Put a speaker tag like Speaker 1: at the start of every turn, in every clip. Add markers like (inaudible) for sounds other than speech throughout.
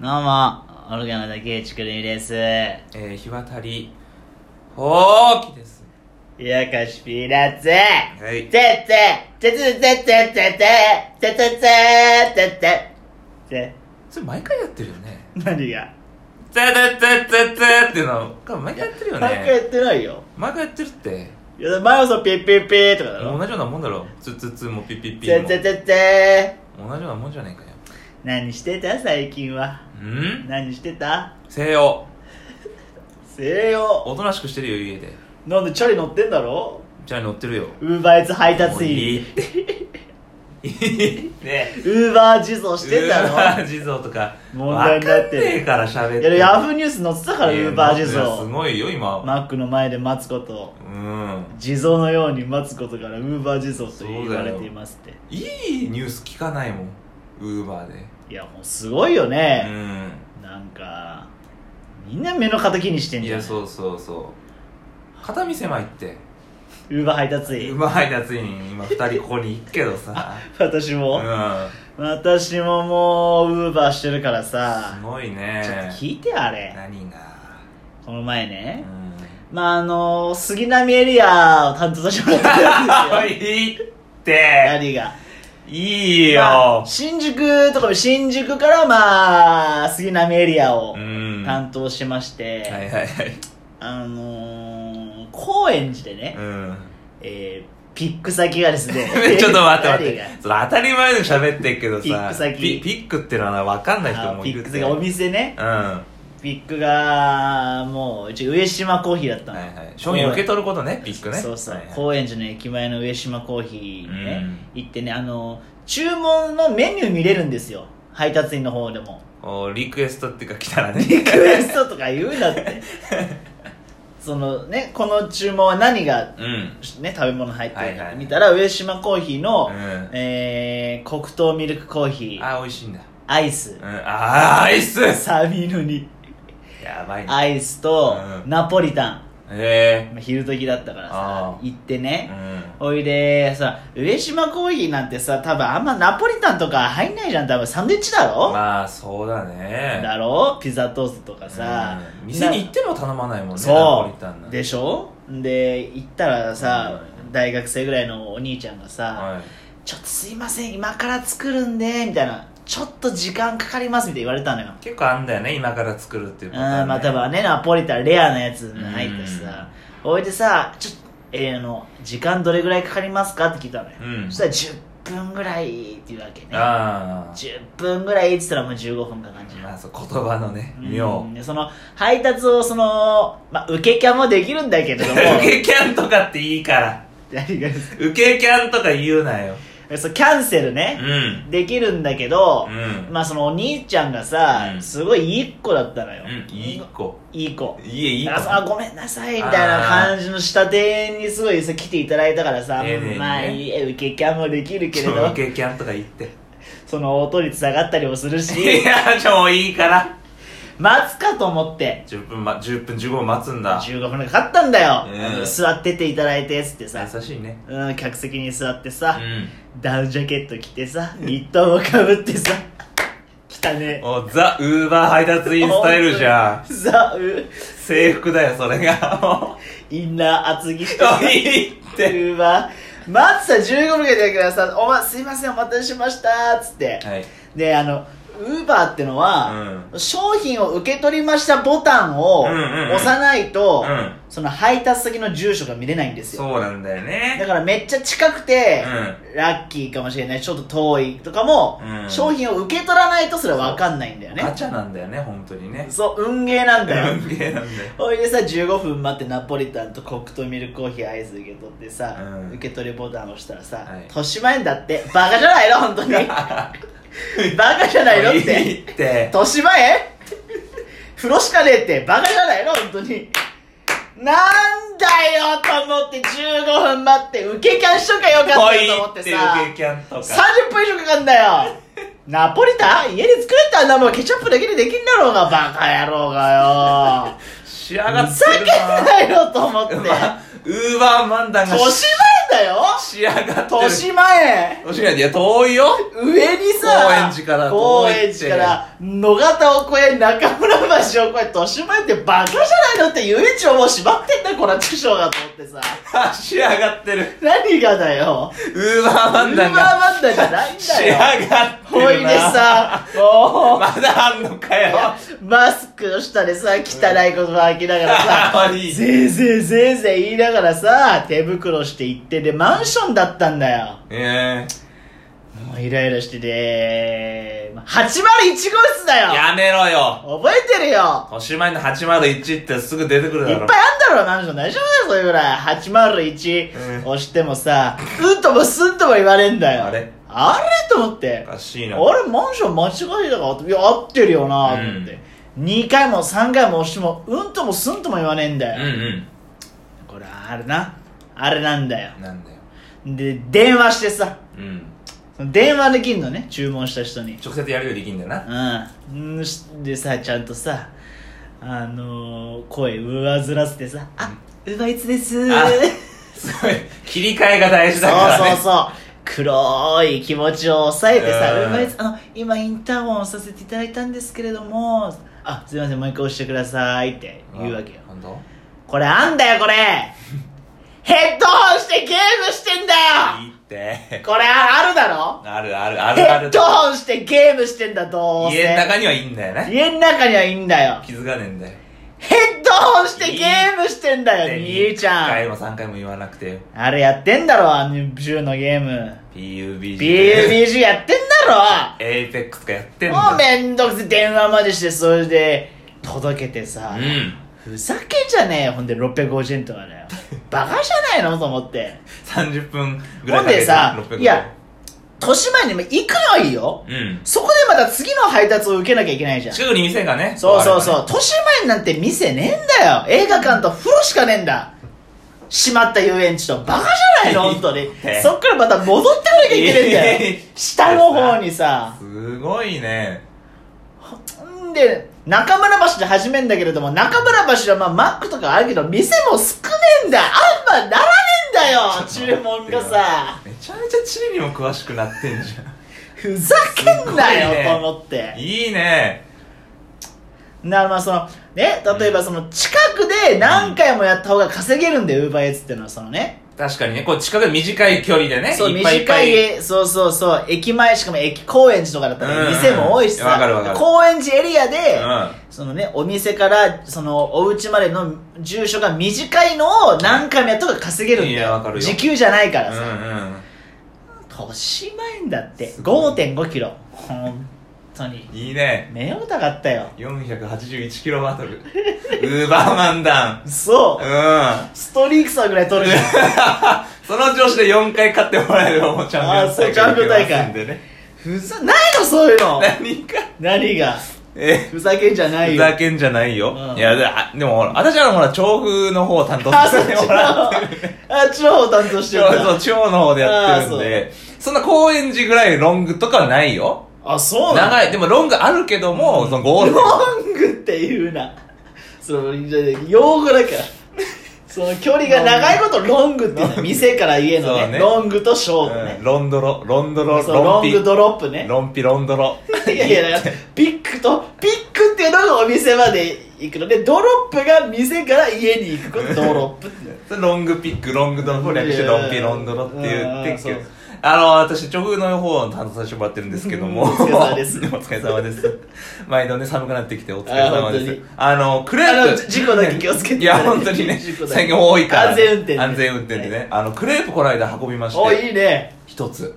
Speaker 1: どうも、オルガムの竹内くるみです。
Speaker 2: えー、日渡り、ほうきです。
Speaker 1: いやかしピーナッツ
Speaker 2: い
Speaker 1: てっててつてってってててててててて
Speaker 2: それ毎回やってるよね。
Speaker 1: 何が
Speaker 2: てててててっていうの、毎回やってるよ
Speaker 1: 毎回や
Speaker 2: ね。
Speaker 1: ってないよ。
Speaker 2: 毎回やってるって。
Speaker 1: いや、前はさ、ピッピッピーとかだ
Speaker 2: もう
Speaker 1: ろ。
Speaker 2: 同じようなもんだろ。つつつもピッピッピ
Speaker 1: て
Speaker 2: も。
Speaker 1: ててて
Speaker 2: 同じようなもんじゃねえかよ。
Speaker 1: 何してた最近は。
Speaker 2: ん
Speaker 1: 何してた
Speaker 2: 西洋。
Speaker 1: 西洋。
Speaker 2: おとなしくしてるよ、家で。
Speaker 1: なんでチャリ乗ってんだろ
Speaker 2: じゃあ乗ってるよ。
Speaker 1: ウーバーイーツ配
Speaker 2: も
Speaker 1: 達
Speaker 2: うい
Speaker 1: (laughs) 員。
Speaker 2: いって。いいって。
Speaker 1: ウーバー自走してんだ
Speaker 2: ウーバ
Speaker 1: ろ
Speaker 2: (laughs) ー地蔵とか。
Speaker 1: 問題になってる
Speaker 2: わかんねえから喋っ
Speaker 1: いや、
Speaker 2: て。
Speaker 1: ヤフーニュース載ってたから、ウ
Speaker 2: いや
Speaker 1: ーバー自
Speaker 2: いやす
Speaker 1: 走。
Speaker 2: ごいよ、今。
Speaker 1: マックの前で待つこと。
Speaker 2: うん。
Speaker 1: 地蔵のように待つことからウーバー地蔵と言
Speaker 2: そう
Speaker 1: わ
Speaker 2: だ
Speaker 1: れ
Speaker 2: よ
Speaker 1: ていますって
Speaker 2: いいニュース聞かないもんウーバーで
Speaker 1: いやもうすごいよね、
Speaker 2: う
Speaker 1: なんかみんな目の敵にしてん
Speaker 2: んい
Speaker 1: じゃん
Speaker 2: や
Speaker 1: ウ
Speaker 2: そうそうそう肩身狭いって
Speaker 1: ーバー配達
Speaker 2: う
Speaker 1: 員
Speaker 2: まい達員今2人ここにいるけどさ
Speaker 1: 私
Speaker 2: う
Speaker 1: も、
Speaker 2: ん
Speaker 1: 私ももうウーバーしてるからさ
Speaker 2: すごい
Speaker 1: ちょっと
Speaker 2: ね
Speaker 1: 聞いてあれ
Speaker 2: 何が
Speaker 1: この前
Speaker 2: う
Speaker 1: ね、
Speaker 2: ん
Speaker 1: まああの杉並エリアを担当させてもらったん
Speaker 2: あ
Speaker 1: ですよ
Speaker 2: いいって
Speaker 1: 何が
Speaker 2: いい
Speaker 1: まあ
Speaker 2: よ
Speaker 1: 新宿とか新宿からまあ杉並エリアを
Speaker 2: うんは
Speaker 1: 担当しまして、
Speaker 2: いはいはい
Speaker 1: あのー、高円寺でね、
Speaker 2: うん
Speaker 1: えー、ピック先がですね、
Speaker 2: (laughs) ちょっと待って待っ
Speaker 1: 誰が
Speaker 2: てそれ当たり前で喋ってるけど
Speaker 1: ピッ
Speaker 2: さ
Speaker 1: ク先
Speaker 2: ピピックってのは分かんない人
Speaker 1: あ
Speaker 2: も
Speaker 1: ピ
Speaker 2: い
Speaker 1: ッ
Speaker 2: る
Speaker 1: ク
Speaker 2: っ
Speaker 1: 先
Speaker 2: て
Speaker 1: がお
Speaker 2: うん
Speaker 1: 店ね、
Speaker 2: は
Speaker 1: ピックが、もう、うち上島コーヒーだっ
Speaker 2: い
Speaker 1: たの。
Speaker 2: はい商品受け取ることねピックね
Speaker 1: そうそう、
Speaker 2: はいはい
Speaker 1: 高円寺の駅前の上島コーヒーにね、行ってね、あのー、注文のメニュー見れるんですよ。配達員の方で
Speaker 2: (laughs)
Speaker 1: も。
Speaker 2: おリクエストっていうか来たらね
Speaker 1: リクエストとか言うなって。そのね、この注文は何が、
Speaker 2: うんうん
Speaker 1: ね、食べ物入ってる
Speaker 2: はい
Speaker 1: か
Speaker 2: はい
Speaker 1: 見たら、上島コーヒーの、えー、黒糖ミルクコーヒー、
Speaker 2: あ美味しいんだ
Speaker 1: アイス
Speaker 2: うん、あーアイス
Speaker 1: サーミーのに、
Speaker 2: やばいね
Speaker 1: アイスと
Speaker 2: うん
Speaker 1: ナポリタン、
Speaker 2: え
Speaker 1: まあ昼時だったからさ
Speaker 2: あ、ー
Speaker 1: 行って
Speaker 2: え
Speaker 1: ね。
Speaker 2: うん
Speaker 1: おいで、さ、上島コーヒーなんてさ、多分あんまナポリタンとか入んないじゃん、多分サンドイッチだろ、
Speaker 2: まあそうだね
Speaker 1: だろピザトーストとかさ、
Speaker 2: うん店に行っても頼まないもんねナポ
Speaker 1: そ
Speaker 2: リタンなん
Speaker 1: う。
Speaker 2: て
Speaker 1: でしょで、行ったらさ、大学生ぐらいのお兄ちゃんがさ、
Speaker 2: は
Speaker 1: ちょっとすいません、今から作るんで、みたいな、ちょっと時間かかります、みたいな言われたのよ。
Speaker 2: い結構あんだよね今から作るっていう
Speaker 1: う
Speaker 2: パ
Speaker 1: ん
Speaker 2: ターン、ね、
Speaker 1: まあ多分ね、ナポリタンレアなやつが入ってさ、置いてさ、ちょっと、えー、あの、時間どれぐらいかかりますかって聞いたのよ。
Speaker 2: うん
Speaker 1: そしたら10分ぐらいっていうわけね。
Speaker 2: あー
Speaker 1: 10分ぐらいって言ったらもう15分かかんじゃ
Speaker 2: ま
Speaker 1: ん
Speaker 2: あそう言葉のね妙
Speaker 1: うんでその、配達をその、まあ、受けキャンもできるんだけれども、
Speaker 2: (laughs) 受けキャンとかっていいから
Speaker 1: 何がです
Speaker 2: 受けキャンとか言うなよ
Speaker 1: そうキャンセル
Speaker 2: う
Speaker 1: ね、
Speaker 2: ん
Speaker 1: できるんだけど、
Speaker 2: うん、
Speaker 1: まあそのお兄ちゃんがさ、
Speaker 2: うん
Speaker 1: すごいいい子だったのよ、
Speaker 2: うん、いい子
Speaker 1: いい子
Speaker 2: いえいい子
Speaker 1: あそうあごめんなさいみたいな感じの下手にすごいさ来ていただいたからさ、
Speaker 2: 丁寧にね
Speaker 1: まあいいえ受けキャンもできるけれ
Speaker 2: ちょ
Speaker 1: ど
Speaker 2: 受けキャンとか言って
Speaker 1: その音率下がったりもする
Speaker 2: (laughs)
Speaker 1: し
Speaker 2: いやちょいいから
Speaker 1: 待つかと思って
Speaker 2: 10分、ま、10分15分待つんだ
Speaker 1: 15分かかったんだよ、
Speaker 2: ねえ
Speaker 1: あの座ってていただいてっつってさ、
Speaker 2: 優しいね
Speaker 1: うん、客席に座って
Speaker 2: う
Speaker 1: さ、
Speaker 2: ん
Speaker 1: ダウンジャケット着てさニットをかぶって
Speaker 2: (laughs)
Speaker 1: さ来たね
Speaker 2: おザ・ウーバー配達員スタイルじゃん
Speaker 1: さう
Speaker 2: 制服だよそれがも
Speaker 1: インナー厚着してさ
Speaker 2: (laughs) ういいって
Speaker 1: うわ待ってた15分ぐらいだからさ「おま「すいませんお待たせしました」っつって、
Speaker 2: はい
Speaker 1: であのウーバーってのは、
Speaker 2: う
Speaker 1: 商品を受け取りましたボタンを
Speaker 2: うんうんうん
Speaker 1: 押さないと、
Speaker 2: うん
Speaker 1: その配達先の住所が見れないんですよ
Speaker 2: そうなんだよ
Speaker 1: だ
Speaker 2: ね
Speaker 1: からめっちゃ近くて、
Speaker 2: う
Speaker 1: ラッキーかもしれないちょっと遠いとかも、
Speaker 2: うん
Speaker 1: 商品を受け取らないとそれは分かんないんだよ
Speaker 2: ガ
Speaker 1: ね
Speaker 2: チャなんだよね本当にね
Speaker 1: そう運ゲーなんだよ
Speaker 2: 運ゲーなんだよ
Speaker 1: おいでさ15分待ってナポリタンと黒糖ミルクコーヒーアイス受け取ってさ、
Speaker 2: うん
Speaker 1: 受け取りボタン押したらさ、
Speaker 2: はい
Speaker 1: 豊島園だってバカじゃないの
Speaker 2: (laughs)
Speaker 1: 本当にバカじゃないのっ
Speaker 2: い
Speaker 1: て
Speaker 2: (laughs) いって
Speaker 1: 豊島園風呂しかねえってバカじゃないの本当になんだよと思って15分待って受けキャンしとけよかった
Speaker 2: おい
Speaker 1: よと思
Speaker 2: っ
Speaker 1: ってて
Speaker 2: 受
Speaker 1: さ
Speaker 2: けキャンとか
Speaker 1: 30分以上かかんだよナポリタン家で作れたんだもんケチャップだけでできんだろうがバカ野郎がよ
Speaker 2: 仕上
Speaker 1: ふ
Speaker 2: がって
Speaker 1: ざけ
Speaker 2: る
Speaker 1: ん
Speaker 2: な
Speaker 1: なよと思って
Speaker 2: うわウーバー漫談が
Speaker 1: 年前だよ
Speaker 2: 仕上がってる
Speaker 1: 年前
Speaker 2: 年がいや遠いよ (laughs)
Speaker 1: 上にさ
Speaker 2: 高円寺から
Speaker 1: 高円寺から野方を越え中村橋を越え豊島園ってバカじゃないのって遊園地はもう縛ってんだこの師匠がと思ってさ
Speaker 2: あ仕上がってる
Speaker 1: 何がだよ
Speaker 2: ウーバー
Speaker 1: ウ
Speaker 2: 漫
Speaker 1: ーバー
Speaker 2: 談が
Speaker 1: マンダじゃ (laughs) ないん
Speaker 2: 仕
Speaker 1: だ
Speaker 2: 上
Speaker 1: よ
Speaker 2: がってるな
Speaker 1: ほいでさもう
Speaker 2: まだあんのかよ
Speaker 1: (laughs) マスクの下でさ汚い言葉吐きながらさ
Speaker 2: (laughs) いい
Speaker 1: ぜいぜいぜいぜい言いながらさ手袋して行ってでマンションだったんだよ
Speaker 2: え
Speaker 1: もうイライラしてて、まあ801号室だ
Speaker 2: え
Speaker 1: よ
Speaker 2: やめろよ
Speaker 1: 覚えてるよ
Speaker 2: 豊島園の801ってすぐ出てくる
Speaker 1: い
Speaker 2: だ
Speaker 1: っぱいあ
Speaker 2: ろ
Speaker 1: んだろマンション大丈夫だよそれぐらい801
Speaker 2: うん
Speaker 1: 押してもさ「うん」とも「すん」とも言われんだよ
Speaker 2: あれ
Speaker 1: あれと思って
Speaker 2: おかしいな
Speaker 1: あれマンション間違いだからいや合ってるよなと思って、2回も3回も押しても「うん」とも「すん」とも言わねえんだ
Speaker 2: うん
Speaker 1: よ、これあれなあれなんだよ
Speaker 2: うんなんだよ
Speaker 1: で電話してさ
Speaker 2: うん
Speaker 1: その電話できんのね注文した人に
Speaker 2: 直接やるよりできんだよな
Speaker 1: うんしでさちゃんとさあのー、声上ずらせてさ「あうまいつです」
Speaker 2: あすごい切り替えが大事だから
Speaker 1: そう
Speaker 2: ね
Speaker 1: そうそう黒い気持ちを抑えてさ「
Speaker 2: うん
Speaker 1: うまいつあの今インターホンさせていただいたんですけれどもあすいませんもう一回押してください」って言うわけよ
Speaker 2: あ本当
Speaker 1: これあんだ
Speaker 2: (laughs)
Speaker 1: よこれヘッドホンしてゲームしてんだ
Speaker 2: い
Speaker 1: よ
Speaker 2: いって
Speaker 1: これああるだろ
Speaker 2: あるあるあ
Speaker 1: ヘ
Speaker 2: るあ
Speaker 1: ッ
Speaker 2: る
Speaker 1: ドホンしてゲームしてんだどうせ
Speaker 2: 家の中にはいいんだよね
Speaker 1: 家の中にはいいんだよ
Speaker 2: 気づかねえんだよ
Speaker 1: ヘッドホンしてゲームしてんだよ、兄ち
Speaker 2: 1
Speaker 1: ゃ
Speaker 2: 回
Speaker 1: ん。
Speaker 2: も3回も言わなくてよ
Speaker 1: あれやってんだろ、あの銃のゲーム。
Speaker 2: PUBG
Speaker 1: BUBG やってんだ
Speaker 2: APEX とかやってん
Speaker 1: ろ
Speaker 2: だ
Speaker 1: もうめんどくせえ電話までして、それで届けてさ。
Speaker 2: うん
Speaker 1: ふざけんじゃねえよ、ほんで650円とかだ
Speaker 2: (laughs)
Speaker 1: よ。バカじゃないのと思って。
Speaker 2: 30分ぐ
Speaker 1: ほ
Speaker 2: らい
Speaker 1: ん
Speaker 2: かけ
Speaker 1: で
Speaker 2: て
Speaker 1: さ
Speaker 2: 600、
Speaker 1: いや、豊島にも行くのいいよ。
Speaker 2: うん
Speaker 1: そこでまた次の配達を受けなきゃいけないじゃん。
Speaker 2: 近くに店がね
Speaker 1: そうそうそう
Speaker 2: あ。
Speaker 1: 豊島園なんて店ねえんだよ。映画館と風呂しかねえんだ。閉まった遊園地とバカじゃないの本当に
Speaker 2: (laughs) え。
Speaker 1: そっからまた戻ってかなきゃい
Speaker 2: (laughs)
Speaker 1: けねえんだよ
Speaker 2: え。
Speaker 1: 下の方にさ
Speaker 2: れば。ねすごいね
Speaker 1: んで、中村橋で始めんだけれども、中村橋はまあマックとかあるけど、店も少ねえんだ。あんまならねえんだよ。注文がさ。
Speaker 2: めちゃめちゃ地理にも詳しくなってんじ
Speaker 1: ふざけんな
Speaker 2: すごいね
Speaker 1: よ、と思っ
Speaker 2: ゃん
Speaker 1: て。
Speaker 2: いいね
Speaker 1: なるまあその、ね、例えばその近くで何回もやった方が稼げるんだよ、ウーバーエーツっていうのはそのね。
Speaker 2: 確かにねこう近くで短い距離でね
Speaker 1: そう
Speaker 2: いっぱいいっぱ
Speaker 1: 短
Speaker 2: い
Speaker 1: い家そうそうそう駅前しかも駅高円寺とかだった
Speaker 2: うんう
Speaker 1: ら
Speaker 2: ん
Speaker 1: 店も多いし
Speaker 2: わかるわか
Speaker 1: さ
Speaker 2: る
Speaker 1: 高円寺エリアで、
Speaker 2: うん
Speaker 1: そのねお店からそのお家までの住所が短いのを何回もやった方が稼げるんだよ
Speaker 2: いやわかるよ
Speaker 1: 時給じゃないから
Speaker 2: う
Speaker 1: さ、
Speaker 2: んうん
Speaker 1: 豊島園だって
Speaker 2: すご
Speaker 1: 5 5キロ本当に
Speaker 2: いいね
Speaker 1: 目を疑ったよ
Speaker 2: 481キロバトルウーバーマンダン
Speaker 1: そうう、
Speaker 2: ん
Speaker 1: ストリークさんぐらい取るじゃん
Speaker 2: (laughs) その調子で4回勝ってもらえればもうチャンピオン
Speaker 1: あ
Speaker 2: 大会
Speaker 1: そうチャンピオン大会
Speaker 2: 行けますんでね
Speaker 1: ふざないのそういうの
Speaker 2: 何か
Speaker 1: 何が
Speaker 2: え
Speaker 1: ふざけんじゃない
Speaker 2: ふ
Speaker 1: よ
Speaker 2: ざけんじゃないよ、
Speaker 1: うん
Speaker 2: いやであでもほら私はほら調布の方を担当
Speaker 1: あ、
Speaker 2: さ
Speaker 1: そっ
Speaker 2: せて
Speaker 1: ち
Speaker 2: も
Speaker 1: の
Speaker 2: らって
Speaker 1: あっちの方担当して
Speaker 2: 地
Speaker 1: る
Speaker 2: 方
Speaker 1: んだ
Speaker 2: (laughs) そう地方の方でやってるんでそんな高円寺ぐらいロングとかはないよ
Speaker 1: あそうなの
Speaker 2: 長いでもロングあるけども、そのゴールデン
Speaker 1: ロングっていうなそのじゃあ用語だからその距離が長いことロングっていうの店から家の
Speaker 2: そ
Speaker 1: ね
Speaker 2: うね
Speaker 1: ロングとショート
Speaker 2: うん
Speaker 1: ね、
Speaker 2: ロンドロロンドロ
Speaker 1: そう
Speaker 2: ロ
Speaker 1: ロ
Speaker 2: ン
Speaker 1: ン
Speaker 2: ピ
Speaker 1: グドロップね
Speaker 2: ロンピロンドロ
Speaker 1: いやいやだからピックとピックっていうのがお店まで行くのでドロップが店から家に行くことドロップって
Speaker 2: (laughs) それロングピックロングドロップ略して
Speaker 1: いや
Speaker 2: ロンピロンドロって言ってっけど
Speaker 1: うんそう
Speaker 2: あの私調布の方を担当させてもらってるんですけども
Speaker 1: お疲れ様
Speaker 2: (laughs)
Speaker 1: です
Speaker 2: お疲れ様です毎度ね寒くなってきてお疲れ様で
Speaker 1: あ本
Speaker 2: す
Speaker 1: 当に
Speaker 2: あのクレ
Speaker 1: あ
Speaker 2: ー
Speaker 1: の
Speaker 2: プ
Speaker 1: 事故だけ気をつけて
Speaker 2: いや本当にね
Speaker 1: 事故だけ
Speaker 2: 最近多いから
Speaker 1: 安全運転ね
Speaker 2: 安全運転でねあのクレープこの間運びまし
Speaker 1: お
Speaker 2: て
Speaker 1: いいね
Speaker 2: 一つ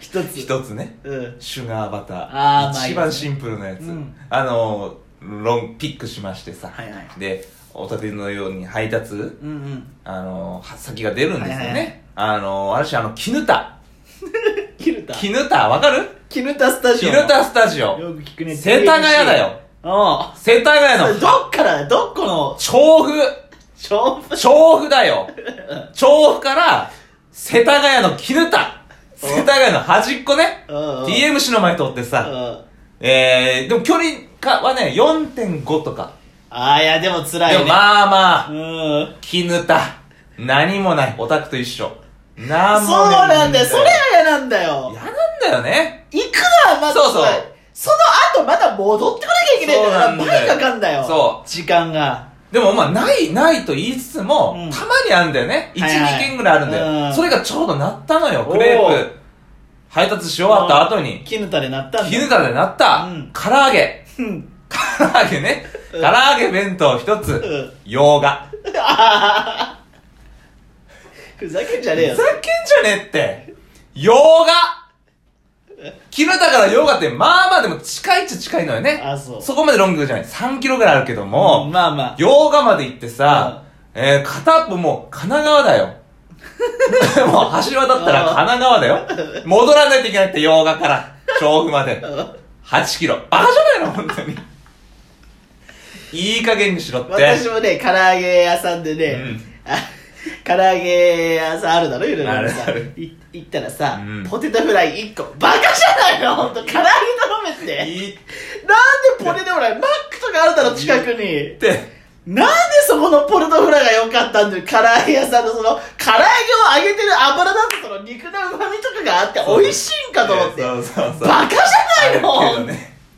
Speaker 1: 一つ
Speaker 2: 一つね
Speaker 1: うん
Speaker 2: シュガーバタ
Speaker 1: あーまあ
Speaker 2: ー一番シンプルなやつ
Speaker 1: うん
Speaker 2: あのロンピックしましてさ
Speaker 1: はいはい
Speaker 2: でおたてのように配達
Speaker 1: うんうん
Speaker 2: あのは先が出るんです
Speaker 1: は
Speaker 2: よ
Speaker 1: いはいはい
Speaker 2: ねあの私あの絹田
Speaker 1: キルタ
Speaker 2: 絹田わかる
Speaker 1: キルタスタジオ
Speaker 2: 絹
Speaker 1: の
Speaker 2: 田スタジオ
Speaker 1: よく聞くね
Speaker 2: 世田谷だよ
Speaker 1: うん
Speaker 2: 世田谷の
Speaker 1: どっからどこの
Speaker 2: 調布
Speaker 1: 調布
Speaker 2: 調布だよ調布から世田谷の絹田
Speaker 1: お
Speaker 2: 世田谷の端っこね
Speaker 1: うんうん
Speaker 2: TMC の前通ってさ
Speaker 1: う
Speaker 2: えー、でも距離かはね、4.5とか。
Speaker 1: ああ、いや、でも辛い
Speaker 2: で
Speaker 1: ね。
Speaker 2: もまあまあ、
Speaker 1: うん。
Speaker 2: 絹田。何もない。オタクと一緒。なん
Speaker 1: そう
Speaker 2: もね
Speaker 1: なんだよ。それが
Speaker 2: 嫌
Speaker 1: 嫌なんだよ。
Speaker 2: なんだよね。
Speaker 1: 行くのはまだ
Speaker 2: そうそう
Speaker 1: 辛いその後まだ戻ってこなきゃいけないんだか
Speaker 2: そう
Speaker 1: ら、
Speaker 2: なん
Speaker 1: 倍
Speaker 2: だよ
Speaker 1: かかんだよ。。
Speaker 2: そう
Speaker 1: 時間が。
Speaker 2: でもまあ、ない、ないと言いつつも、
Speaker 1: うん
Speaker 2: たまにあるんだよね。1、
Speaker 1: はいはい
Speaker 2: 2件ぐらいあるんだよ、
Speaker 1: うん
Speaker 2: それがちょうどなったのよ。クレ
Speaker 1: お
Speaker 2: ー
Speaker 1: ー
Speaker 2: プ、配達し終わった後に、
Speaker 1: 絹田でなったんだ。
Speaker 2: 絹田でなった、
Speaker 1: うん
Speaker 2: 唐揚げ。
Speaker 1: うん。
Speaker 2: 唐揚げね。
Speaker 1: う
Speaker 2: 唐
Speaker 1: ん
Speaker 2: 揚げ弁当一
Speaker 1: う
Speaker 2: つ。
Speaker 1: ん。 (laughs)
Speaker 2: 洋画。
Speaker 1: ふざけんじゃねえ
Speaker 2: ふ
Speaker 1: よ
Speaker 2: ざ。けんじゃねえって。洋画絹田から洋画って、まあまあでも近いっちゃ近いのよね。
Speaker 1: あそう
Speaker 2: こまでロングじゃない。3キロぐらいあるけど
Speaker 1: う
Speaker 2: も
Speaker 1: ん、まあまあ。
Speaker 2: 洋画まで行ってさ、えー、片っぽもう神奈川だよ。
Speaker 1: (laughs)
Speaker 2: もう橋渡ったら神奈川だよ。戻らないといけないって洋画から、調布まで。8キロ。バカじゃないの、本当に。いい加減にしろって。
Speaker 1: 私もね、唐揚げ屋さんでね、
Speaker 2: うん
Speaker 1: あ唐揚げ屋さんあるだろいろいろ
Speaker 2: ある
Speaker 1: さ
Speaker 2: ある
Speaker 1: い行ったらさ、
Speaker 2: うん
Speaker 1: ポテトフライ1個バカじゃないのほんと唐揚げ頼めって
Speaker 2: いいっ
Speaker 1: なんでポテトフライマックとかあるだろ近くに
Speaker 2: て。
Speaker 1: なんでそこのポテトフライが良かったんだよ唐揚げ屋さんのその唐揚げを揚げてる油だとその肉の旨味とかがあって美味しいんかと思って
Speaker 2: そうそうそう。
Speaker 1: バカじゃないの
Speaker 2: あ
Speaker 1: 本
Speaker 2: るけどね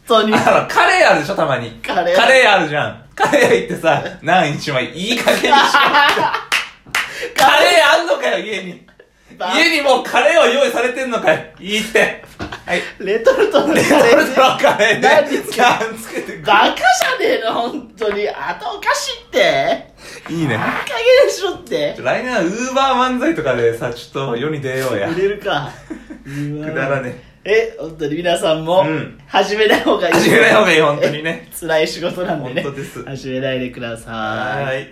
Speaker 1: 当に
Speaker 2: あの、カレーあるでしょ、たまに。
Speaker 1: カレー
Speaker 2: カレーあるじゃん。カレー行っ
Speaker 1: (laughs)
Speaker 2: てさ、何一枚、いい加減にしろ。カレーあんのかよ、家に。
Speaker 1: バ
Speaker 2: 家にもうカレーを用意されてんのかよ。いいって。はい。
Speaker 1: レトルトのカレ
Speaker 2: それ
Speaker 1: ー
Speaker 2: ぞれカレーで、
Speaker 1: 何つけ
Speaker 2: ガンつけて
Speaker 1: バカじゃねえの本当に頭おかしいって
Speaker 2: いいね。
Speaker 1: バカげでしょって
Speaker 2: ちょ来年はウーバー漫才とかでさ、ちょっと世に出ようや。
Speaker 1: 売
Speaker 2: く
Speaker 1: れるか
Speaker 2: だら
Speaker 1: ね
Speaker 2: ね。
Speaker 1: え本当に皆さんも
Speaker 2: うん
Speaker 1: 始めない方がいい (laughs)
Speaker 2: 始めない方がいい、本当にね。
Speaker 1: 辛い仕事なんでね
Speaker 2: 本当です
Speaker 1: 始めないでください
Speaker 2: はーい。